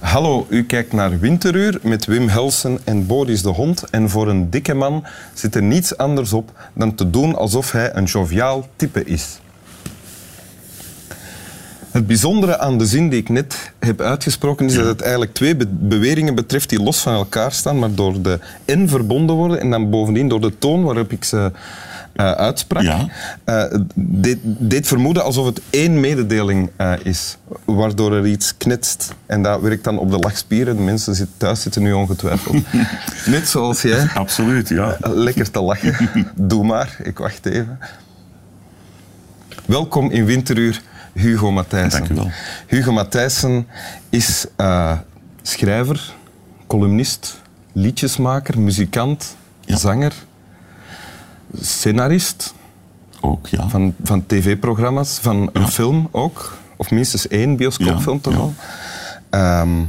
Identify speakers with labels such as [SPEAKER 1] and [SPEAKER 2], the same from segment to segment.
[SPEAKER 1] Hallo, u kijkt naar Winteruur met Wim Helsen en Boris de Hond. En voor een dikke man zit er niets anders op dan te doen alsof hij een joviaal type is. Het bijzondere aan de zin die ik net heb uitgesproken is dat het eigenlijk twee be- beweringen betreft die los van elkaar staan, maar door de N verbonden worden en dan bovendien door de toon waarop ik ze eh, uitsprak.
[SPEAKER 2] Ja.
[SPEAKER 1] Eh, deed, deed vermoeden alsof het één mededeling eh, is, waardoor er iets knetst. En dat werkt dan op de lachspieren. De mensen zit, thuis zitten nu ongetwijfeld. Net zoals jij.
[SPEAKER 2] Absoluut, ja.
[SPEAKER 1] Lekker te lachen. Doe maar, ik wacht even. Welkom in Winteruur, Hugo Matthijssen.
[SPEAKER 2] Dank u wel.
[SPEAKER 1] Hugo Matthijssen is eh, schrijver, columnist, liedjesmaker, muzikant,
[SPEAKER 2] Ja.
[SPEAKER 1] zanger, scenarist
[SPEAKER 2] Ook, ja.
[SPEAKER 1] van, van tv-programma's, van een film ook. Of minstens één bioscoopfilm
[SPEAKER 2] Ja,
[SPEAKER 1] toch
[SPEAKER 2] ja.
[SPEAKER 1] al. Ehm,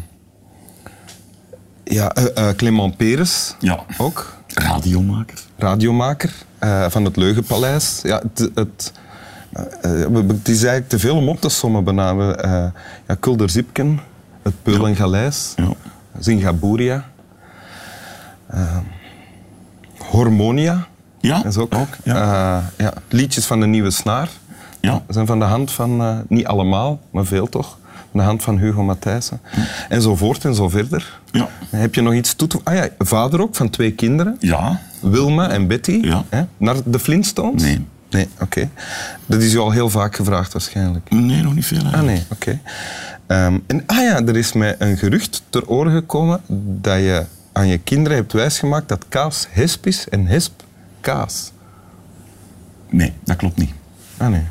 [SPEAKER 1] ja, eh, eh, Clement Peres
[SPEAKER 2] Ja.
[SPEAKER 1] ook
[SPEAKER 2] Radiomaker.
[SPEAKER 1] radiomaker eh, van het Leugenpaleis. Ja, het, het, eh, eh, het is eigenlijk te veel om op te sommen bijna. We, eh, ja, Kulder Zipken, het Peul en Galeis,
[SPEAKER 2] Ja.
[SPEAKER 1] Zingaburia, eh, Hormonia,
[SPEAKER 2] Ja,
[SPEAKER 1] dat is ook.
[SPEAKER 2] ja.
[SPEAKER 1] eh, ja, liedjes van de Nieuwe Snaar
[SPEAKER 2] ja.
[SPEAKER 1] zijn van de hand van, eh, niet allemaal, maar veel toch, van de hand van Hugo Matthijssen. En zo voort en zo verder.
[SPEAKER 2] Ja.
[SPEAKER 1] Heb je nog iets toe te... Ah ja, vader ook, van twee kinderen.
[SPEAKER 2] Ja.
[SPEAKER 1] Wilma en Betty
[SPEAKER 2] Ja.
[SPEAKER 1] hè, naar de Flintstones?
[SPEAKER 2] Nee.
[SPEAKER 1] Nee, oké. Dat is u al heel vaak gevraagd waarschijnlijk.
[SPEAKER 2] Nee, nog niet veel
[SPEAKER 1] Ah
[SPEAKER 2] eigenlijk.
[SPEAKER 1] nee, oké. Ehm, en ah ja, er is mij een gerucht ter oren gekomen dat je aan je kinderen hebt wijsgemaakt dat kaas hesp is en hesp kaas.
[SPEAKER 2] Nee, dat klopt niet.
[SPEAKER 1] Ah nee.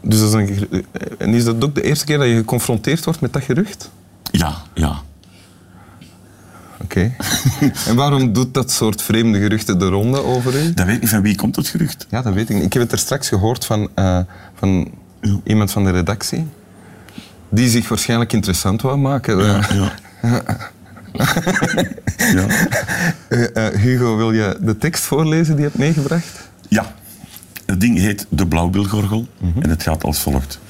[SPEAKER 1] Dus dat is een geru- eh, en is dat ook de eerste keer dat je geconfronteerd wordt met dat gerucht?
[SPEAKER 2] Ja, ja.
[SPEAKER 1] Oké. en waarom doet dat soort vreemde geruchten de ronde over u?
[SPEAKER 2] Dat weet ik niet. Van wie komt het gerucht?
[SPEAKER 1] Ja, dat weet ik niet. Ik heb het er straks gehoord van, eh, van
[SPEAKER 2] Ja.
[SPEAKER 1] iemand van de redactie. Die zich waarschijnlijk interessant wou maken.
[SPEAKER 2] Ja. Ja. ja.
[SPEAKER 1] Eh, eh, Hugo, wil je de tekst voorlezen die je hebt meegebracht?
[SPEAKER 2] Ja. Het ding heet de blauwbilgorgel en het gaat als volgt.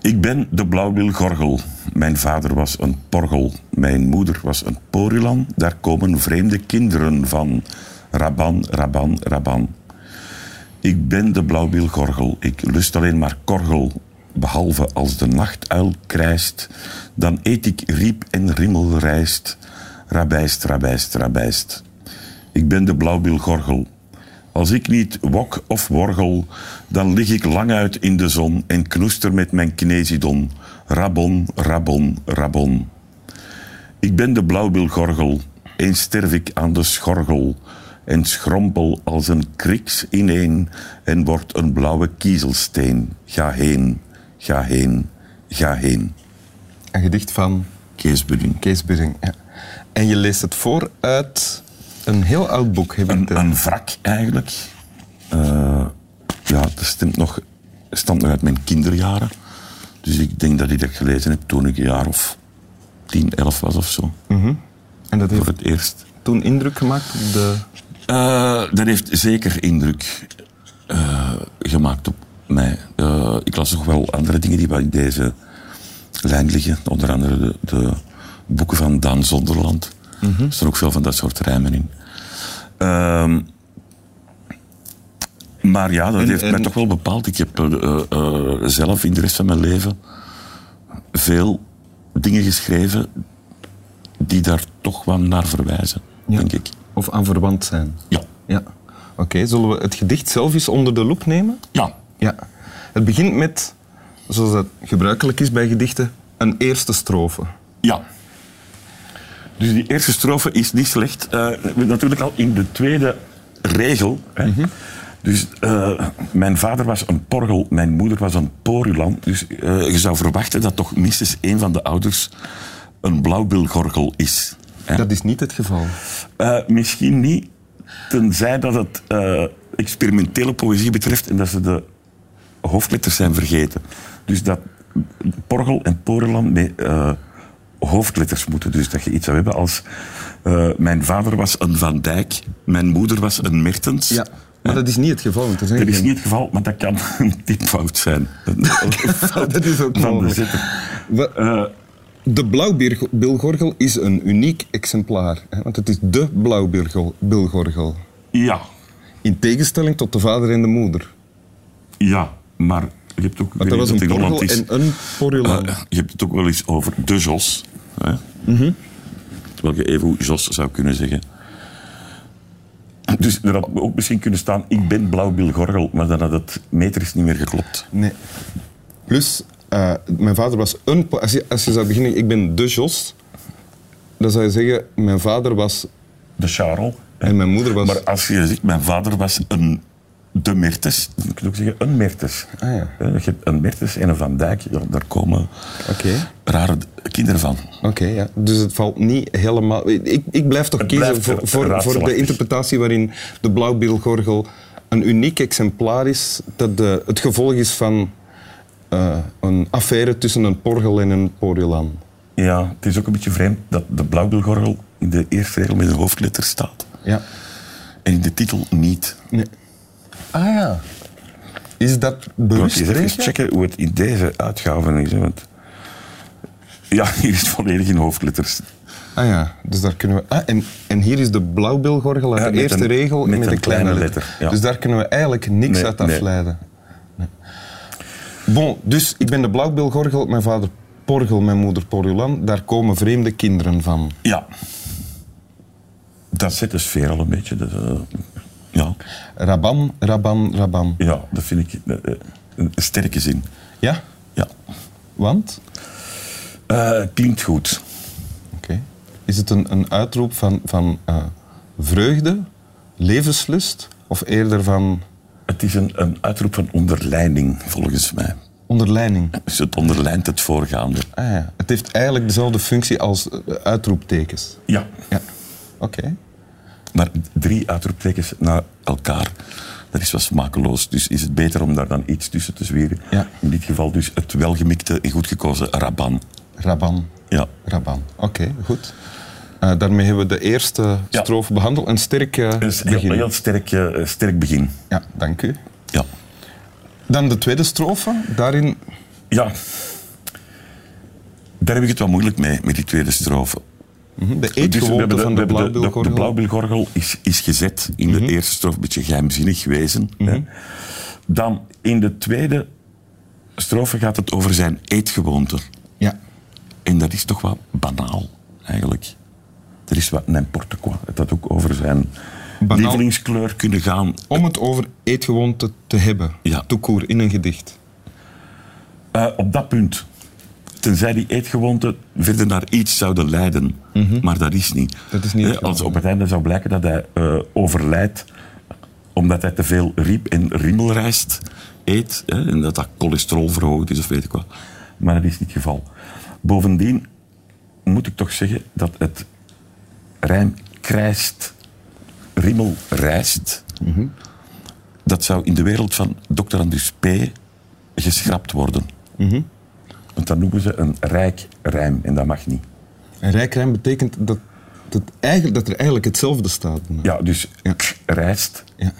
[SPEAKER 2] Ik ben de blauwbilgorgel. Mijn vader was een porgel. Mijn moeder was een porilan. Daar komen vreemde kinderen van. Raban, raban, raban. Ik ben de blauwbilgorgel. Ik lust alleen maar korgel. Behalve als de nachtuil krijst, dan eet ik riep en rimmelrijst. Rabijst, rabijst, rabijst. Ik ben de blauwbilgorgel. Als ik niet wok of worgel, dan lig ik lang uit in de zon en knoester met mijn knezidon. Rabon, rabon, rabon. Ik ben de blauwbilgorgel, eens sterf ik aan de schorgel en schrompel als een kriks ineen en word een blauwe kiezelsteen. Ga heen, ga heen, ga heen.
[SPEAKER 1] Een gedicht van
[SPEAKER 2] Kees Buding.
[SPEAKER 1] Kees Buring. Ja. En je leest het voor uit een heel oud boek. Heb ik
[SPEAKER 2] Een,
[SPEAKER 1] de-
[SPEAKER 2] een wrak eigenlijk. Eh, ja, dat stemt nog, stamt nog uit mijn kinderjaren. Dus ik denk dat ik dat gelezen heb toen ik een jaar of 10, 11 was of zo.
[SPEAKER 1] En dat
[SPEAKER 2] Voor
[SPEAKER 1] heeft
[SPEAKER 2] het eerst.
[SPEAKER 1] toen indruk gemaakt op de...
[SPEAKER 2] Eh, dat heeft zeker indruk eh, gemaakt op mij. Eh, ik las nog wel andere dingen die bij deze lijn liggen. Onder andere de, de boeken van Daan Zonderland.
[SPEAKER 1] Mhm.
[SPEAKER 2] Er staan ook veel van dat soort rijmen in. Ehm, maar ja, dat heeft mij
[SPEAKER 1] en-
[SPEAKER 2] toch wel bepaald. Ik heb eh, eh, eh, zelf in de rest van mijn leven veel dingen geschreven die daar toch wel naar verwijzen,
[SPEAKER 1] Ja.
[SPEAKER 2] denk ik.
[SPEAKER 1] Of aan verwant zijn.
[SPEAKER 2] Ja.
[SPEAKER 1] Ja. Oké, zullen we het gedicht zelf eens onder de loep nemen?
[SPEAKER 2] Ja,
[SPEAKER 1] Ja. Het begint met, zoals dat gebruikelijk is bij gedichten, een eerste strofe.
[SPEAKER 2] Ja. Dus die eerste strofe is niet slecht. Eh, natuurlijk al in de tweede regel. Hè. Dus eh, mijn vader was een porgel, mijn moeder was een porulan. Dus eh, je zou verwachten dat toch minstens één van de ouders een blauwbilgorgel is. hè.
[SPEAKER 1] Dat is niet het geval.
[SPEAKER 2] Eh, misschien niet, tenzij dat het eh, experimentele poëzie betreft en dat ze de hoofdletters zijn vergeten. Dus dat Porgel en Porelan met eh, hoofdletters moeten. Dus dat je iets zou hebben als... eh, mijn vader was een Van Dijk, mijn moeder was een Mertens.
[SPEAKER 1] Ja, maar dat is niet het geval. want er zijn
[SPEAKER 2] Dat is
[SPEAKER 1] geen-
[SPEAKER 2] niet het geval, maar dat kan een tipfout zijn. Een fout
[SPEAKER 1] Dat is ook
[SPEAKER 2] van de
[SPEAKER 1] mogelijk.
[SPEAKER 2] zetter.
[SPEAKER 1] We-
[SPEAKER 2] Eh,
[SPEAKER 1] De blauwbilgorgel is een uniek exemplaar. Hè, want het is de blauwbilgorgel.
[SPEAKER 2] ja,
[SPEAKER 1] In tegenstelling tot de vader en de moeder.
[SPEAKER 2] ja, maar je hebt ook...
[SPEAKER 1] Want
[SPEAKER 2] weer
[SPEAKER 1] dat was
[SPEAKER 2] iets
[SPEAKER 1] een
[SPEAKER 2] in Holland
[SPEAKER 1] porgel
[SPEAKER 2] is.
[SPEAKER 1] en een porulan.
[SPEAKER 2] Eh, je hebt het ook wel eens over de Jos. Hè?
[SPEAKER 1] Mhm.
[SPEAKER 2] Terwijl je even hoe Jos zou kunnen zeggen. Dus er had ook misschien kunnen staan, ik ben Blauwbil Gorgel, maar dan had het metrisch niet meer geklopt.
[SPEAKER 1] Nee. Plus, eh, mijn vader was een... po- Als je, als je zou beginnen, ik ben de Jos, dan zou je zeggen, mijn vader was
[SPEAKER 2] De Charles.
[SPEAKER 1] en mijn moeder was...
[SPEAKER 2] Maar als je zegt, mijn vader was een de Mertes, dan kun je ook zeggen een Mertes.
[SPEAKER 1] Ah, ja.
[SPEAKER 2] Hè, Je hebt een Mertes en een Van Dijk, ja, daar komen
[SPEAKER 1] Oké,
[SPEAKER 2] rare d- kinderen van.
[SPEAKER 1] oké, ja. Dus het valt niet helemaal... Ik, ik blijf toch
[SPEAKER 2] Het
[SPEAKER 1] kiezen
[SPEAKER 2] blijft
[SPEAKER 1] voor, voor, voor de
[SPEAKER 2] raadselachtig.
[SPEAKER 1] interpretatie waarin de blauwbilgorgel een uniek exemplaar is, dat de, het gevolg is van eh, een affaire tussen een porgel en een porulan.
[SPEAKER 2] Ja, het is ook een beetje vreemd dat de Blauwbilgorgel in de eerste regel met een hoofdletter staat.
[SPEAKER 1] Ja.
[SPEAKER 2] En in de titel niet.
[SPEAKER 1] Nee. Ah ja. Is dat
[SPEAKER 2] Moet
[SPEAKER 1] bewust?
[SPEAKER 2] eens even
[SPEAKER 1] Regen?
[SPEAKER 2] checken hoe het in deze uitgave is. hè, Want ja, hier is volledig in hoofdletters.
[SPEAKER 1] Ah ja, dus daar kunnen we. Ah, en, en hier is de blauwbilgorgel uit
[SPEAKER 2] Ja,
[SPEAKER 1] de
[SPEAKER 2] met
[SPEAKER 1] eerste
[SPEAKER 2] een-
[SPEAKER 1] regel met, een kleine, letter.
[SPEAKER 2] ja.
[SPEAKER 1] Dus daar kunnen we eigenlijk niks
[SPEAKER 2] Nee,
[SPEAKER 1] uit
[SPEAKER 2] nee.
[SPEAKER 1] afleiden. Nee. Bon, dus ik ben de blauwbilgorgel, mijn vader Porgel, mijn moeder Porulan. Daar komen vreemde kinderen van.
[SPEAKER 2] Ja. Dat zit de sfeer al een beetje. Dat, eh, ja.
[SPEAKER 1] Rabam, rabam, rabam.
[SPEAKER 2] ja, dat vind ik eh, eh, een sterke zin.
[SPEAKER 1] Ja,
[SPEAKER 2] Ja.
[SPEAKER 1] want?
[SPEAKER 2] Eh, klinkt goed.
[SPEAKER 1] Oké. Is het een, een uitroep van, van eh, vreugde, levenslust of eerder van
[SPEAKER 2] Het is een, een uitroep van onderleiding, volgens mij.
[SPEAKER 1] onderlijning?
[SPEAKER 2] Dus het onderlijnt het voorgaande.
[SPEAKER 1] Ah, ja. Het heeft eigenlijk dezelfde functie als eh, uitroeptekens.
[SPEAKER 2] Ja.
[SPEAKER 1] Ja. Oké.
[SPEAKER 2] Maar drie uitroeptekens naar elkaar, dat is wel smakeloos. Dus is het beter om daar dan iets tussen te zwieren.
[SPEAKER 1] Ja.
[SPEAKER 2] In dit geval dus het welgemikte en goed gekozen Raban.
[SPEAKER 1] Raban.
[SPEAKER 2] Ja.
[SPEAKER 1] Raban. Oké, goed. Eh, daarmee hebben we de eerste
[SPEAKER 2] Ja.
[SPEAKER 1] strofe behandeld. Een sterk eh,
[SPEAKER 2] Dat is een heel,
[SPEAKER 1] begin.
[SPEAKER 2] heel sterk, eh, sterk begin.
[SPEAKER 1] Ja, dank u.
[SPEAKER 2] Ja.
[SPEAKER 1] Dan de tweede strofe. Daarin... mhm,
[SPEAKER 2] ja. Daar heb ik het wel moeilijk mee, met die tweede strofe.
[SPEAKER 1] Mhm, De
[SPEAKER 2] Dus we
[SPEAKER 1] eetgewoonte
[SPEAKER 2] hebben
[SPEAKER 1] van
[SPEAKER 2] we
[SPEAKER 1] de Mhm.
[SPEAKER 2] hebben De, de
[SPEAKER 1] blauwbilgorgel.
[SPEAKER 2] blauwbilgorgel is, is gezet in de eerste strofe, een beetje geheimzinnig wezen. hè.
[SPEAKER 1] Mhm.
[SPEAKER 2] Dan in de tweede strofe gaat het over zijn eetgewoonten.
[SPEAKER 1] Ja.
[SPEAKER 2] En dat is toch wat banaal, eigenlijk. Er is wat n'importe quoi. Het had ook over zijn
[SPEAKER 1] Banaal.
[SPEAKER 2] lievelingskleur kunnen gaan.
[SPEAKER 1] Om het over eetgewoonte te hebben.
[SPEAKER 2] Ja.
[SPEAKER 1] Tout court, in een gedicht.
[SPEAKER 2] Eh, op dat punt. Tenzij die eetgewoonten verder naar iets zouden leiden. Maar dat is niet.
[SPEAKER 1] Mhm. Dat is niet
[SPEAKER 2] Eh,
[SPEAKER 1] het
[SPEAKER 2] Als
[SPEAKER 1] geval,
[SPEAKER 2] op het einde zou blijken dat hij eh, overlijdt omdat hij te veel riep en rimmelrijst eet. hè, en dat dat cholesterol verhoogd is of weet ik wat. Maar dat is niet het geval. Bovendien moet ik toch zeggen dat het rijm krijst, rimmel rijst.
[SPEAKER 1] Mhm.
[SPEAKER 2] Dat zou in de wereld van Dr. Andus P. geschrapt worden. Want dat noemen ze een rijk rijm en dat mag niet.
[SPEAKER 1] En rijkrijm betekent dat, dat, eigenlijk, dat er eigenlijk hetzelfde staat.
[SPEAKER 2] Ja, dus
[SPEAKER 1] Ja.
[SPEAKER 2] k rijst,
[SPEAKER 1] Ja.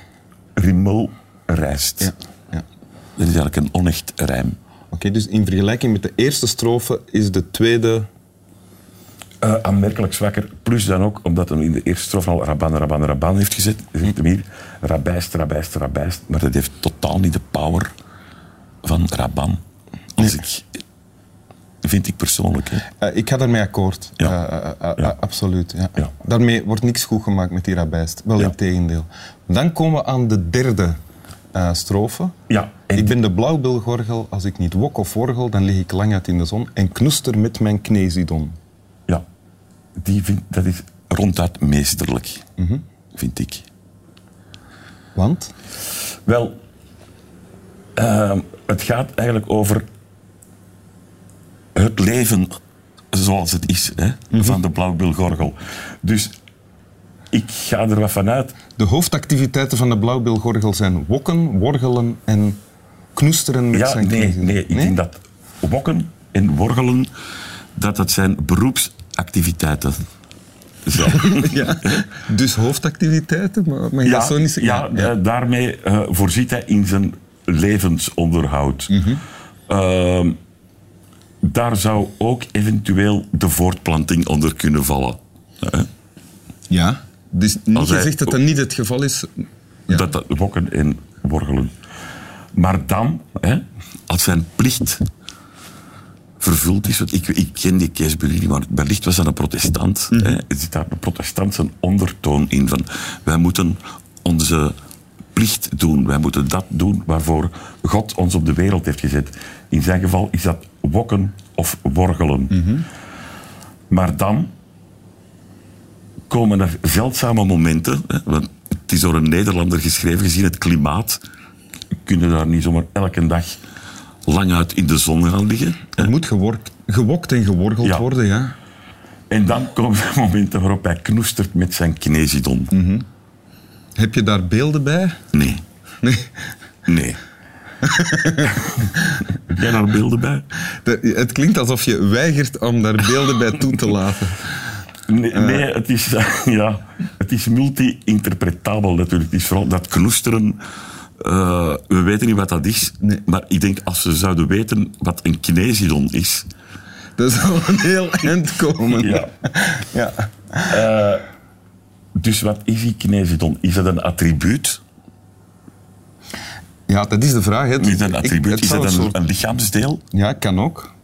[SPEAKER 2] rimmel rijst.
[SPEAKER 1] Ja. ja.
[SPEAKER 2] Dat is eigenlijk een onecht rijm.
[SPEAKER 1] Oké, dus in vergelijking met de eerste strofe is de tweede.
[SPEAKER 2] Eh, aanmerkelijk zwakker. Plus dan ook omdat hem in de eerste strofe al raban, raban, raban heeft gezet. Zegt hem hier rabijst, rabijst, rabijst. Maar dat heeft totaal niet de power van raban. Als ik, vind ik persoonlijk. Hè.
[SPEAKER 1] Eh, ik ga daarmee akkoord.
[SPEAKER 2] Ja.
[SPEAKER 1] Eh, eh, eh,
[SPEAKER 2] Ja.
[SPEAKER 1] eh, absoluut. Ja.
[SPEAKER 2] Ja.
[SPEAKER 1] Daarmee wordt niks goed gemaakt met die rabijst. Wel
[SPEAKER 2] Ja.
[SPEAKER 1] in tegendeel. Dan komen we aan de derde eh, strofe.
[SPEAKER 2] Ja, en
[SPEAKER 1] Ik ben de blauwbilgorgel. Als ik niet wok of worgel, dan lig ik lang uit in de zon en knoester met mijn knesidon.
[SPEAKER 2] ja, die vind, dat is Mhm. ronduit meesterlijk, vind ik.
[SPEAKER 1] Want?
[SPEAKER 2] Wel, ehm, het gaat eigenlijk over het leven zoals het is hè, van de blauwbilgorgel. Dus ik ga er wat van uit.
[SPEAKER 1] De hoofdactiviteiten van de blauwbilgorgel zijn wokken, worgelen en knoesteren met
[SPEAKER 2] Ja,
[SPEAKER 1] zijn
[SPEAKER 2] nee,
[SPEAKER 1] knieën?
[SPEAKER 2] nee, ik denk dat wokken en worgelen, dat dat zijn beroepsactiviteiten zijn.
[SPEAKER 1] Ja. Dus hoofdactiviteiten, maar mag je dat zo niet zeggen?
[SPEAKER 2] ja, eh, daarmee eh, voorziet hij in zijn levensonderhoud. Ehm, daar zou ook eventueel de voortplanting onder kunnen vallen. Eh,
[SPEAKER 1] Ja. Dus niet
[SPEAKER 2] Als hij-
[SPEAKER 1] gezegd dat dat niet het geval is. Ja.
[SPEAKER 2] dat, dat wokken en worgelen. Maar dan, hè, als zijn plicht vervuld is, want ik, ik ken die Kees Bulli niet, maar wellicht was dat een protestant. Hè, er zit daar een protestant zijn ondertoon in van wij moeten onze plicht doen, wij moeten dat doen waarvoor God ons op de wereld heeft gezet. In zijn geval is dat wokken of worgelen. Maar dan komen er zeldzame momenten. Hè, want het is door een Nederlander geschreven, gezien het klimaat. kunnen daar niet zomaar elke dag lang uit in de zon gaan liggen.
[SPEAKER 1] Er moet geworkt, gewokt en geworgeld
[SPEAKER 2] Ja.
[SPEAKER 1] worden, ja.
[SPEAKER 2] En dan komen er momenten waarop hij knoestert met zijn kinesidon.
[SPEAKER 1] Heb je daar beelden bij?
[SPEAKER 2] Nee,
[SPEAKER 1] Nee.
[SPEAKER 2] nee. Heb jij daar beelden bij?
[SPEAKER 1] De- het klinkt alsof je weigert om daar beelden bij toe te laten.
[SPEAKER 2] Nee, nee, het is, ja, het is multi-interpretabel natuurlijk. Het is vooral dat knoesteren. eh, we weten niet wat dat is. Maar ik denk als ze zouden weten wat een kinesidon is.
[SPEAKER 1] Dat zal een heel eind komen.
[SPEAKER 2] Ja.
[SPEAKER 1] Ja.
[SPEAKER 2] Dus wat is die kinesidon? Is dat een attribuut?
[SPEAKER 1] Ja, dat is de vraag. Hè.
[SPEAKER 2] Is dat een
[SPEAKER 1] Ik-
[SPEAKER 2] attribuut?
[SPEAKER 1] het
[SPEAKER 2] is
[SPEAKER 1] zou
[SPEAKER 2] dat een,
[SPEAKER 1] soort-
[SPEAKER 2] een lichaamsdeel?
[SPEAKER 1] Ja, kan ook.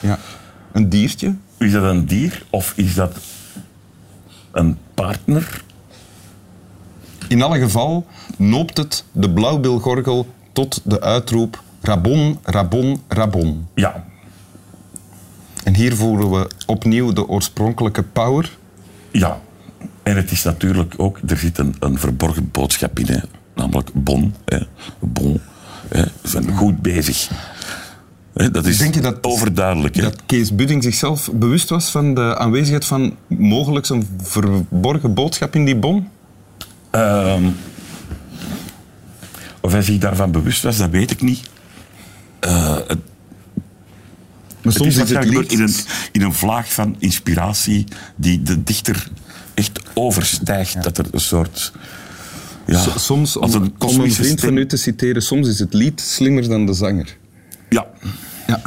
[SPEAKER 1] Ja. Een diertje?
[SPEAKER 2] Is dat een dier? Of is dat een partner?
[SPEAKER 1] In alle geval noopt het de blauwbilgorgel tot de uitroep Rabon, Rabon, Rabon.
[SPEAKER 2] Ja.
[SPEAKER 1] En hier voeren we opnieuw de oorspronkelijke power.
[SPEAKER 2] ja. En het is natuurlijk ook... Er zit een, een verborgen boodschap in, hè. Namelijk bon. Hè. Bon. Hè. We zijn goed bezig. Hè, dat is
[SPEAKER 1] Denk je dat-
[SPEAKER 2] overduidelijk. Hè.
[SPEAKER 1] Dat Kees Budding zichzelf bewust was van de aanwezigheid van mogelijk een verborgen boodschap in die bon?
[SPEAKER 2] Ehm, of hij zich daarvan bewust was, dat weet ik niet.
[SPEAKER 1] Maar
[SPEAKER 2] Het is
[SPEAKER 1] soms is het
[SPEAKER 2] waarschijnlijk
[SPEAKER 1] licht.
[SPEAKER 2] in een, in een vlaag van inspiratie die de dichter echt overstijgt. Dat er een soort... Ja,
[SPEAKER 1] S- Soms, om,
[SPEAKER 2] als een
[SPEAKER 1] om een
[SPEAKER 2] kosmische
[SPEAKER 1] vriend
[SPEAKER 2] stem-
[SPEAKER 1] van u te citeren, soms is het lied slimmer dan de zanger.
[SPEAKER 2] Ja,
[SPEAKER 1] Ja.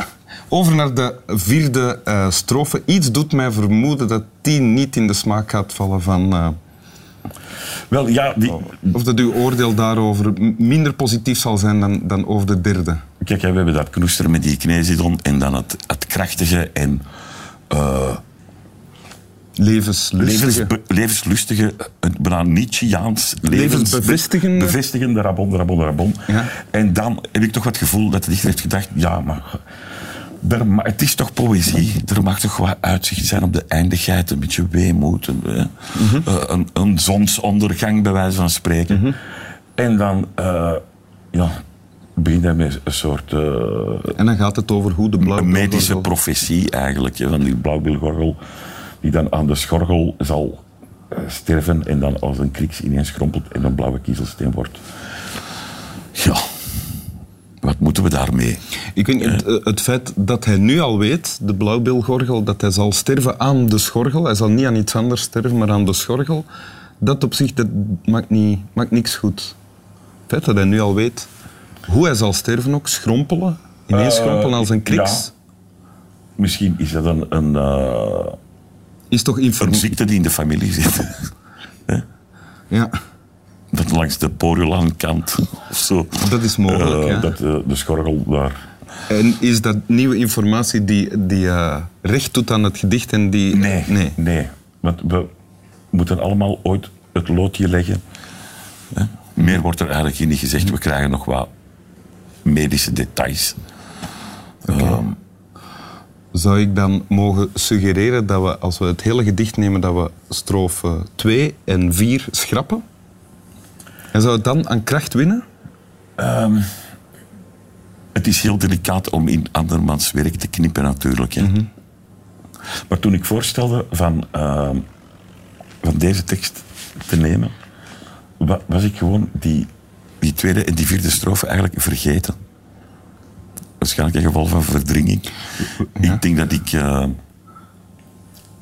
[SPEAKER 1] Over naar de vierde eh, strofe. Iets doet mij vermoeden dat die niet in de smaak gaat vallen van... eh,
[SPEAKER 2] wel ja, die,
[SPEAKER 1] of dat uw oordeel daarover m- minder positief zal zijn dan, dan over de derde.
[SPEAKER 2] kijk, hè, we hebben dat knoester met die kneesidon en dan het, het krachtige en
[SPEAKER 1] Levenslustige.
[SPEAKER 2] levensbe- levenslustige, het bijna Nietzscheaans, levens-
[SPEAKER 1] Levensbevestigende.
[SPEAKER 2] bevestigende rabon, rabon, rabon.
[SPEAKER 1] Ja.
[SPEAKER 2] En dan heb ik toch wat gevoel dat de dichter heeft gedacht, ja, maar er ma- het is toch poëzie, er mag toch wat uitzicht zijn op de eindigheid, een beetje weemoed, een, eh,
[SPEAKER 1] Mhm.
[SPEAKER 2] eh, een, een zonsondergang bij wijze van spreken. En dan, eh, ja, begint hij met een soort... eh,
[SPEAKER 1] En dan gaat het over hoe de blauwe...
[SPEAKER 2] een medische
[SPEAKER 1] blauwgorgel-
[SPEAKER 2] professie eigenlijk, hè, van die blauwbilgorgel, die dan aan de schorgel zal eh, sterven en dan als een kriks ineens krompelt en een blauwe kiezelsteen wordt. Ja, wat moeten we daarmee?
[SPEAKER 1] Ik weet niet, het, eh, het feit dat hij nu al weet, de blauwbilgorgel, dat hij zal sterven aan de schorgel, hij zal niet aan iets anders sterven, maar aan de schorgel, dat op zich dat maakt, niet, maakt niks goed. Het feit dat hij nu al weet hoe hij zal sterven ook, schrompelen, ineens
[SPEAKER 2] Eh,
[SPEAKER 1] schrompelen als een kriks,
[SPEAKER 2] ja. Misschien is dat een, een, eh,
[SPEAKER 1] is toch
[SPEAKER 2] een
[SPEAKER 1] informatie.
[SPEAKER 2] ziekte die in de familie zit.
[SPEAKER 1] Ja,
[SPEAKER 2] Dat langs de porulankant of zo.
[SPEAKER 1] dat is mogelijk.
[SPEAKER 2] eh,
[SPEAKER 1] ja.
[SPEAKER 2] Dat eh, de schorgel daar...
[SPEAKER 1] En is dat nieuwe informatie die, die eh, recht doet aan het gedicht en die...
[SPEAKER 2] Nee, nee. nee. Want we moeten allemaal ooit het loodje leggen. Hè? Meer wordt er eigenlijk hier niet gezegd. We krijgen nog wat medische details.
[SPEAKER 1] Zou ik dan mogen suggereren dat we, als we het hele gedicht nemen, dat we strofe 2 en 4 schrappen? En zou het dan aan kracht winnen?
[SPEAKER 2] Het is heel delicaat om in andermans werk te knippen natuurlijk. Hè. Mhm. Maar toen ik voorstelde van, ehm, van deze tekst te nemen, wa- was ik gewoon die, die tweede en die vierde strofe eigenlijk vergeten. waarschijnlijk een geval van verdringing. Ik denk dat ik... eh,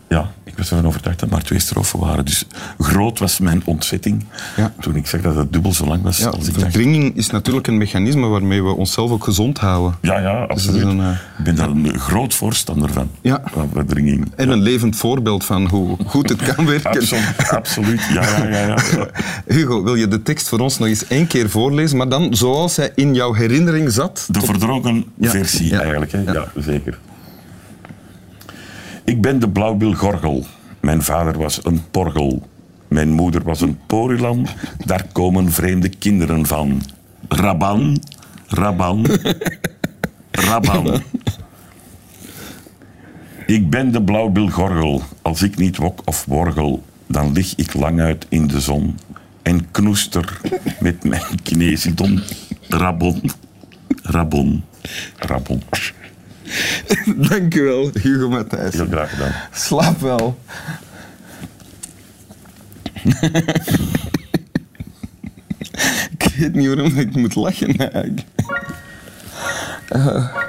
[SPEAKER 2] ja, ik was ervan overtuigd dat maar twee strofen waren. Dus groot was mijn ontzetting
[SPEAKER 3] Ja.
[SPEAKER 2] toen ik zag dat het dubbel zo lang was
[SPEAKER 1] Ja,
[SPEAKER 2] als ik dacht.
[SPEAKER 1] verdringing is natuurlijk een mechanisme waarmee we onszelf ook gezond houden.
[SPEAKER 2] Ja, ja,
[SPEAKER 1] Dus dat
[SPEAKER 2] absoluut.
[SPEAKER 1] is een, eh,
[SPEAKER 2] Ik ben daar een groot voorstander van.
[SPEAKER 1] Ja.
[SPEAKER 2] Van verdringing.
[SPEAKER 1] en een levend voorbeeld van hoe goed het kan werken.
[SPEAKER 2] Absoluut, absoluut. Ja, ja, ja, ja.
[SPEAKER 1] Hugo, wil je de tekst voor ons nog eens één keer voorlezen, maar dan zoals hij in jouw herinnering zat?
[SPEAKER 2] De verdronken
[SPEAKER 1] Ja,
[SPEAKER 2] versie
[SPEAKER 1] ja,
[SPEAKER 2] eigenlijk. Hè?
[SPEAKER 1] ja.
[SPEAKER 2] Ja. zeker. Ik ben de blauwbilgorgel. Mijn vader was een porgel. Mijn moeder was een porilan. Daar komen vreemde kinderen van. Raban, raban, raban. Ik ben de blauwbilgorgel. Als ik niet wok of worgel, dan lig ik lang uit in de zon en knoester met mijn kinesidon. Rabon, rabon, rabon.
[SPEAKER 1] Dankjewel, Hugo Matthijs.
[SPEAKER 2] Heel graag gedaan.
[SPEAKER 1] Slaap wel. ik weet niet waarom ik moet lachen eigenlijk. Eh,